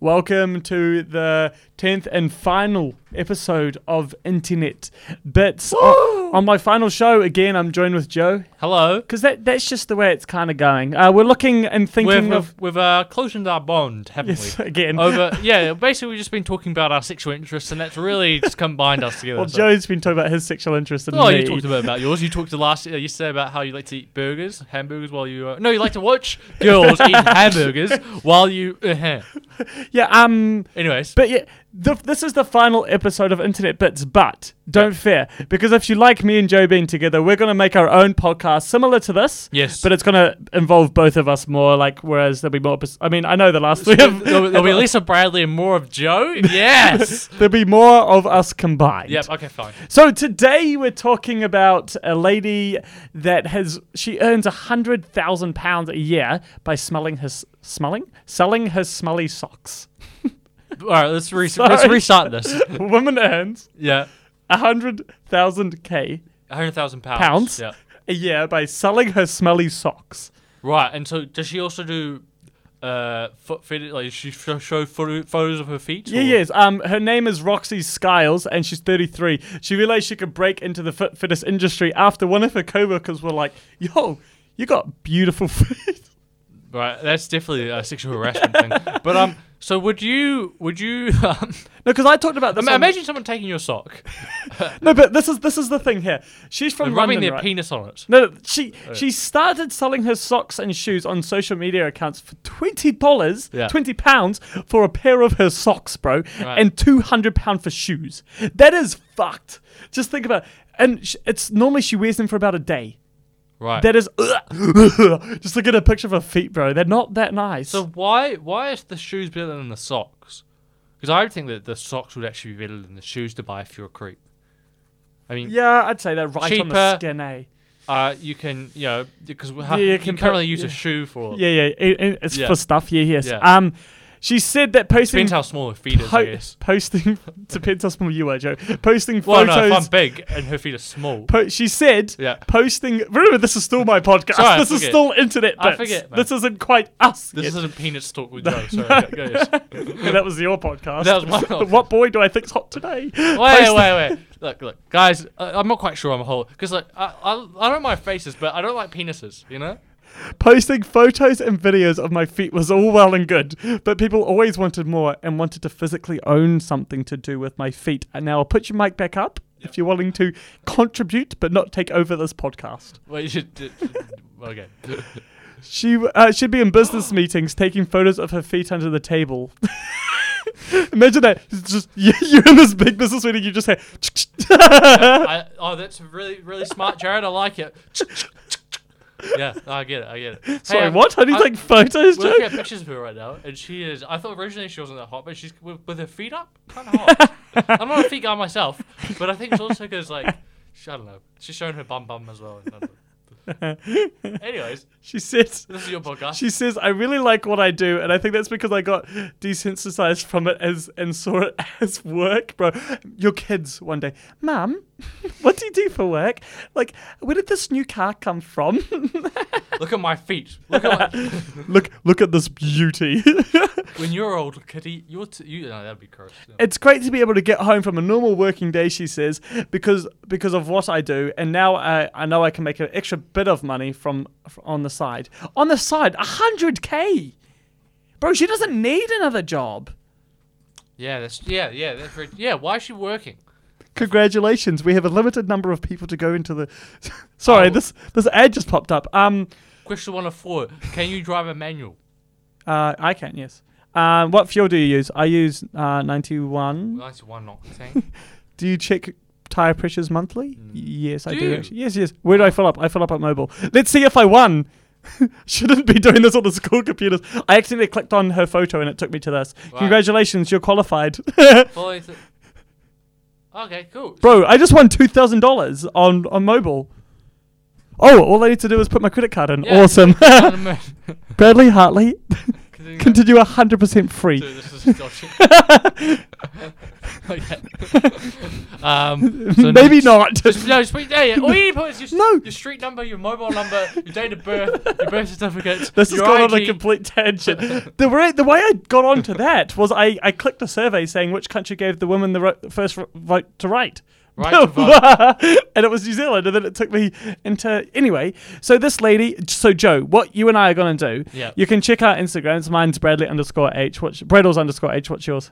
Welcome to the 10th and final episode of Internet Bits. on, on my final show, again, I'm joined with Joe. Hello. Because that, that's just the way it's kind of going. Uh, we're looking and We've, thinking we've, of. we've uh, closened our bond, haven't Yes, we? again. Over, yeah, basically, we've just been talking about our sexual interests, and that's really just combined us together. Well, so- Joe's been talking about his sexual interest and Oh, me. you talked a bit about yours. You talked last uh, yesterday about how you like to eat burgers, hamburgers, while you uh, no, you like to watch girls eat hamburgers while you. uh yeah, um, Anyways, But yeah, the, this is the final episode of Internet Bits, but don't fear, because if you like me and Joe being together, we're going to make our own podcast similar to this. Yes. But uh, it's going to involve both of us more, like, whereas there'll be more. epis- I mean, I know the last three there'll, have. there'll there'll be less of Bradley and more of Joe. Yes. There'll be more of us combined. yep. Okay. Fine. So today we're talking about a lady that has she earns a hundred thousand pounds a year by smelling his smelling selling her smelly socks. All right. Let's re- let's Sorry. restart this. A woman earns Yeah. a hundred thousand k hundred thousand pounds. pounds Yeah. a year by selling her smelly socks. Right, and so does she also do uh foot fit? Like does she show, show photo, photos of her feet? Yeah, or- yes. Um, her name is Roxy Skiles, and she's 33. She realized she could break into the fit fitness industry after one of her coworkers were like, "Yo, you got beautiful feet." Right, that's definitely a sexual harassment thing. But um, so would you? Would you? Um, No, because I talked about this. on- imagine someone taking your sock, No, but this is this is the thing here. She's from and rubbing London, their Oh. right? penis on it. No, no, she she started selling her socks and shoes on social media accounts for twenty dollars, Yeah. twenty pounds for a pair of her socks, bro, Right. and two hundred pound for shoes. That is fucked. Just think about, it. and sh- it's normally she wears them for about a day. Right. That is, just look at a picture of her feet, bro. They're not that nice. so why why is the shoes better than the socks? Because I would think that the socks would actually be better than the shoes to buy if you're a creep. I mean, yeah, I'd say they're right on the Cheaper. skin, eh? uh, you can you know because Yeah, how you you can can put- currently use yeah. a shoe for. Yeah, yeah. it- it- it's Yeah. for stuff. Yeah, yes. Yeah. Um, she said that posting Depends how small her feet is, po- I guess. posting depends how small you are, Joe. Posting Well, no, photos. if I'm big and her feet are small. po- she said, Yeah. posting. Remember, this is still my podcast. Sorry, I this is forget. still internet. Bits. I forget, man. This isn't quite us. This yet. isn't peanut talk with Joe. Sorry, go, go, yes. that was your podcast. That was my podcast. what boy do I think's hot today? Wait, Posting- wait, wait. Look, look, guys. I, I'm not quite sure I'm a whole because like I, I, I don't mind faces, but I don't like penises. You know. Posting photos and videos of my feet was all well and good, but people always wanted more and wanted to physically own something to do with my feet. And now I'll put your mic back up if you're willing to contribute but not take over this podcast. Wait, you should. d- d- okay. She uh, should be in business meetings taking photos of her feet under the table. Imagine that. It's just you- you're in this big business meeting, you just say, I, oh, that's really really smart, Jared. I like it. Yeah, I get it. I get it. Sorry, Hey, um, what? How do you I- take photos, We're Joe? looking at pictures of her right now, and she is. I thought originally she wasn't that hot, but she's with, with her feet up, kind of hot. I'm not a feet guy myself, but I think it's also because like sh- I don't know. She's showing her bum bum as well. Anyways, She says, this is your podcast. she says, I really like what I do, and I think that's because I got desensitized from it as and saw it as work, bro. Your kids one day, Mum, what do you do for work? Like, where did this new car come from? Look at my feet. Look at my, look, look at this beauty. when you're old, kitty. You're t- you. No, that'd be gross. No. It's great to be able to get home from a normal working day, she says, because because of what I do, and now I, I know I can make an extra bit of money from, f on the side. On the side, hundred k, bro. She doesn't need another job. Yeah, that's yeah, yeah, that's very, yeah. Why is she working? Congratulations, we have a limited number of people to go into the. Sorry, Oh. this this ad just popped up. Um, Question one of four. Can you drive a manual? uh, I can yes. Um, what fuel do you use? I use uh, ninety one. That's one octane. Do you check tire pressures monthly? Yes, I do. Mm. Do actually. Yes, yes. Where do I fill up? I fill up at mobile. Let's see if I won. Shouldn't be doing this on the school computers. I accidentally clicked on her photo and it took me to this. Right. Congratulations, you're qualified. Follow th- okay, cool. Bro, I just won two thousand dollars on on mobile. Oh, all I need to do is put my credit card in. Yeah, Um, Awesome. Down the moon. Bradley Hartley. Continue. Continue 100% free. Dude, this is dodgy. okay. um, so Maybe next- not. Just, no, just, put- yeah, yeah. All you need to put is your, No. your street number, your mobile number, your date of birth, your birth certificate. This has your gone on a ID. complete tangent. The way, the way I got onto that was I, I clicked a survey saying which country gave the women the ro- first ro- vote to write. Right to and it was New Zealand, and then it took me into anyway. So this lady, so Joe, what you and I are gonna do? Yeah. You can check out Instagrams. Mine's Bradley underscore H. What's Bradles underscore H? What's yours?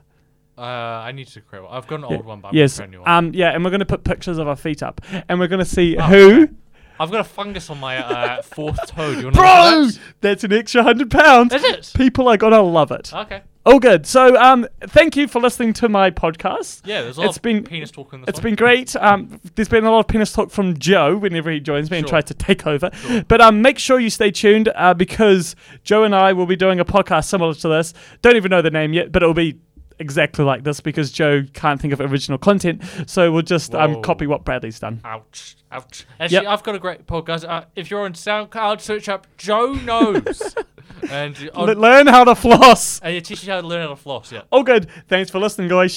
Uh, I need to create one. I've got an old one, but I've yes. got a new one. Um. Yeah. And we're gonna put pictures of our feet up, and we're gonna see Oh, who. okay. I've got a fungus on my uh, fourth toe. Do you want to Bro, that's an extra hundred pounds. Is it? People are gonna love it. Okay. All good. So, um, thank you for listening to my podcast. Yeah, there's a lot It's of been- penis talk in this It's one. been great. Um, there's been a lot of penis talk from Joe whenever he joins me and Sure. tries to take over. But um, make sure you stay tuned uh, because Joe and I will be doing a podcast similar to this. Don't even know the name yet, but it'll be exactly like this because Joe can't think of original content. So we'll just um, Whoa. copy what Bradley's done. Ouch. Ouch. Actually, I've got a great podcast. Uh, if you're on SoundCloud, search up Joe Knows. and, on, Oh. Learn how to floss. and it teaches you how to learn how to floss, yeah. All good. Thanks for listening, guys.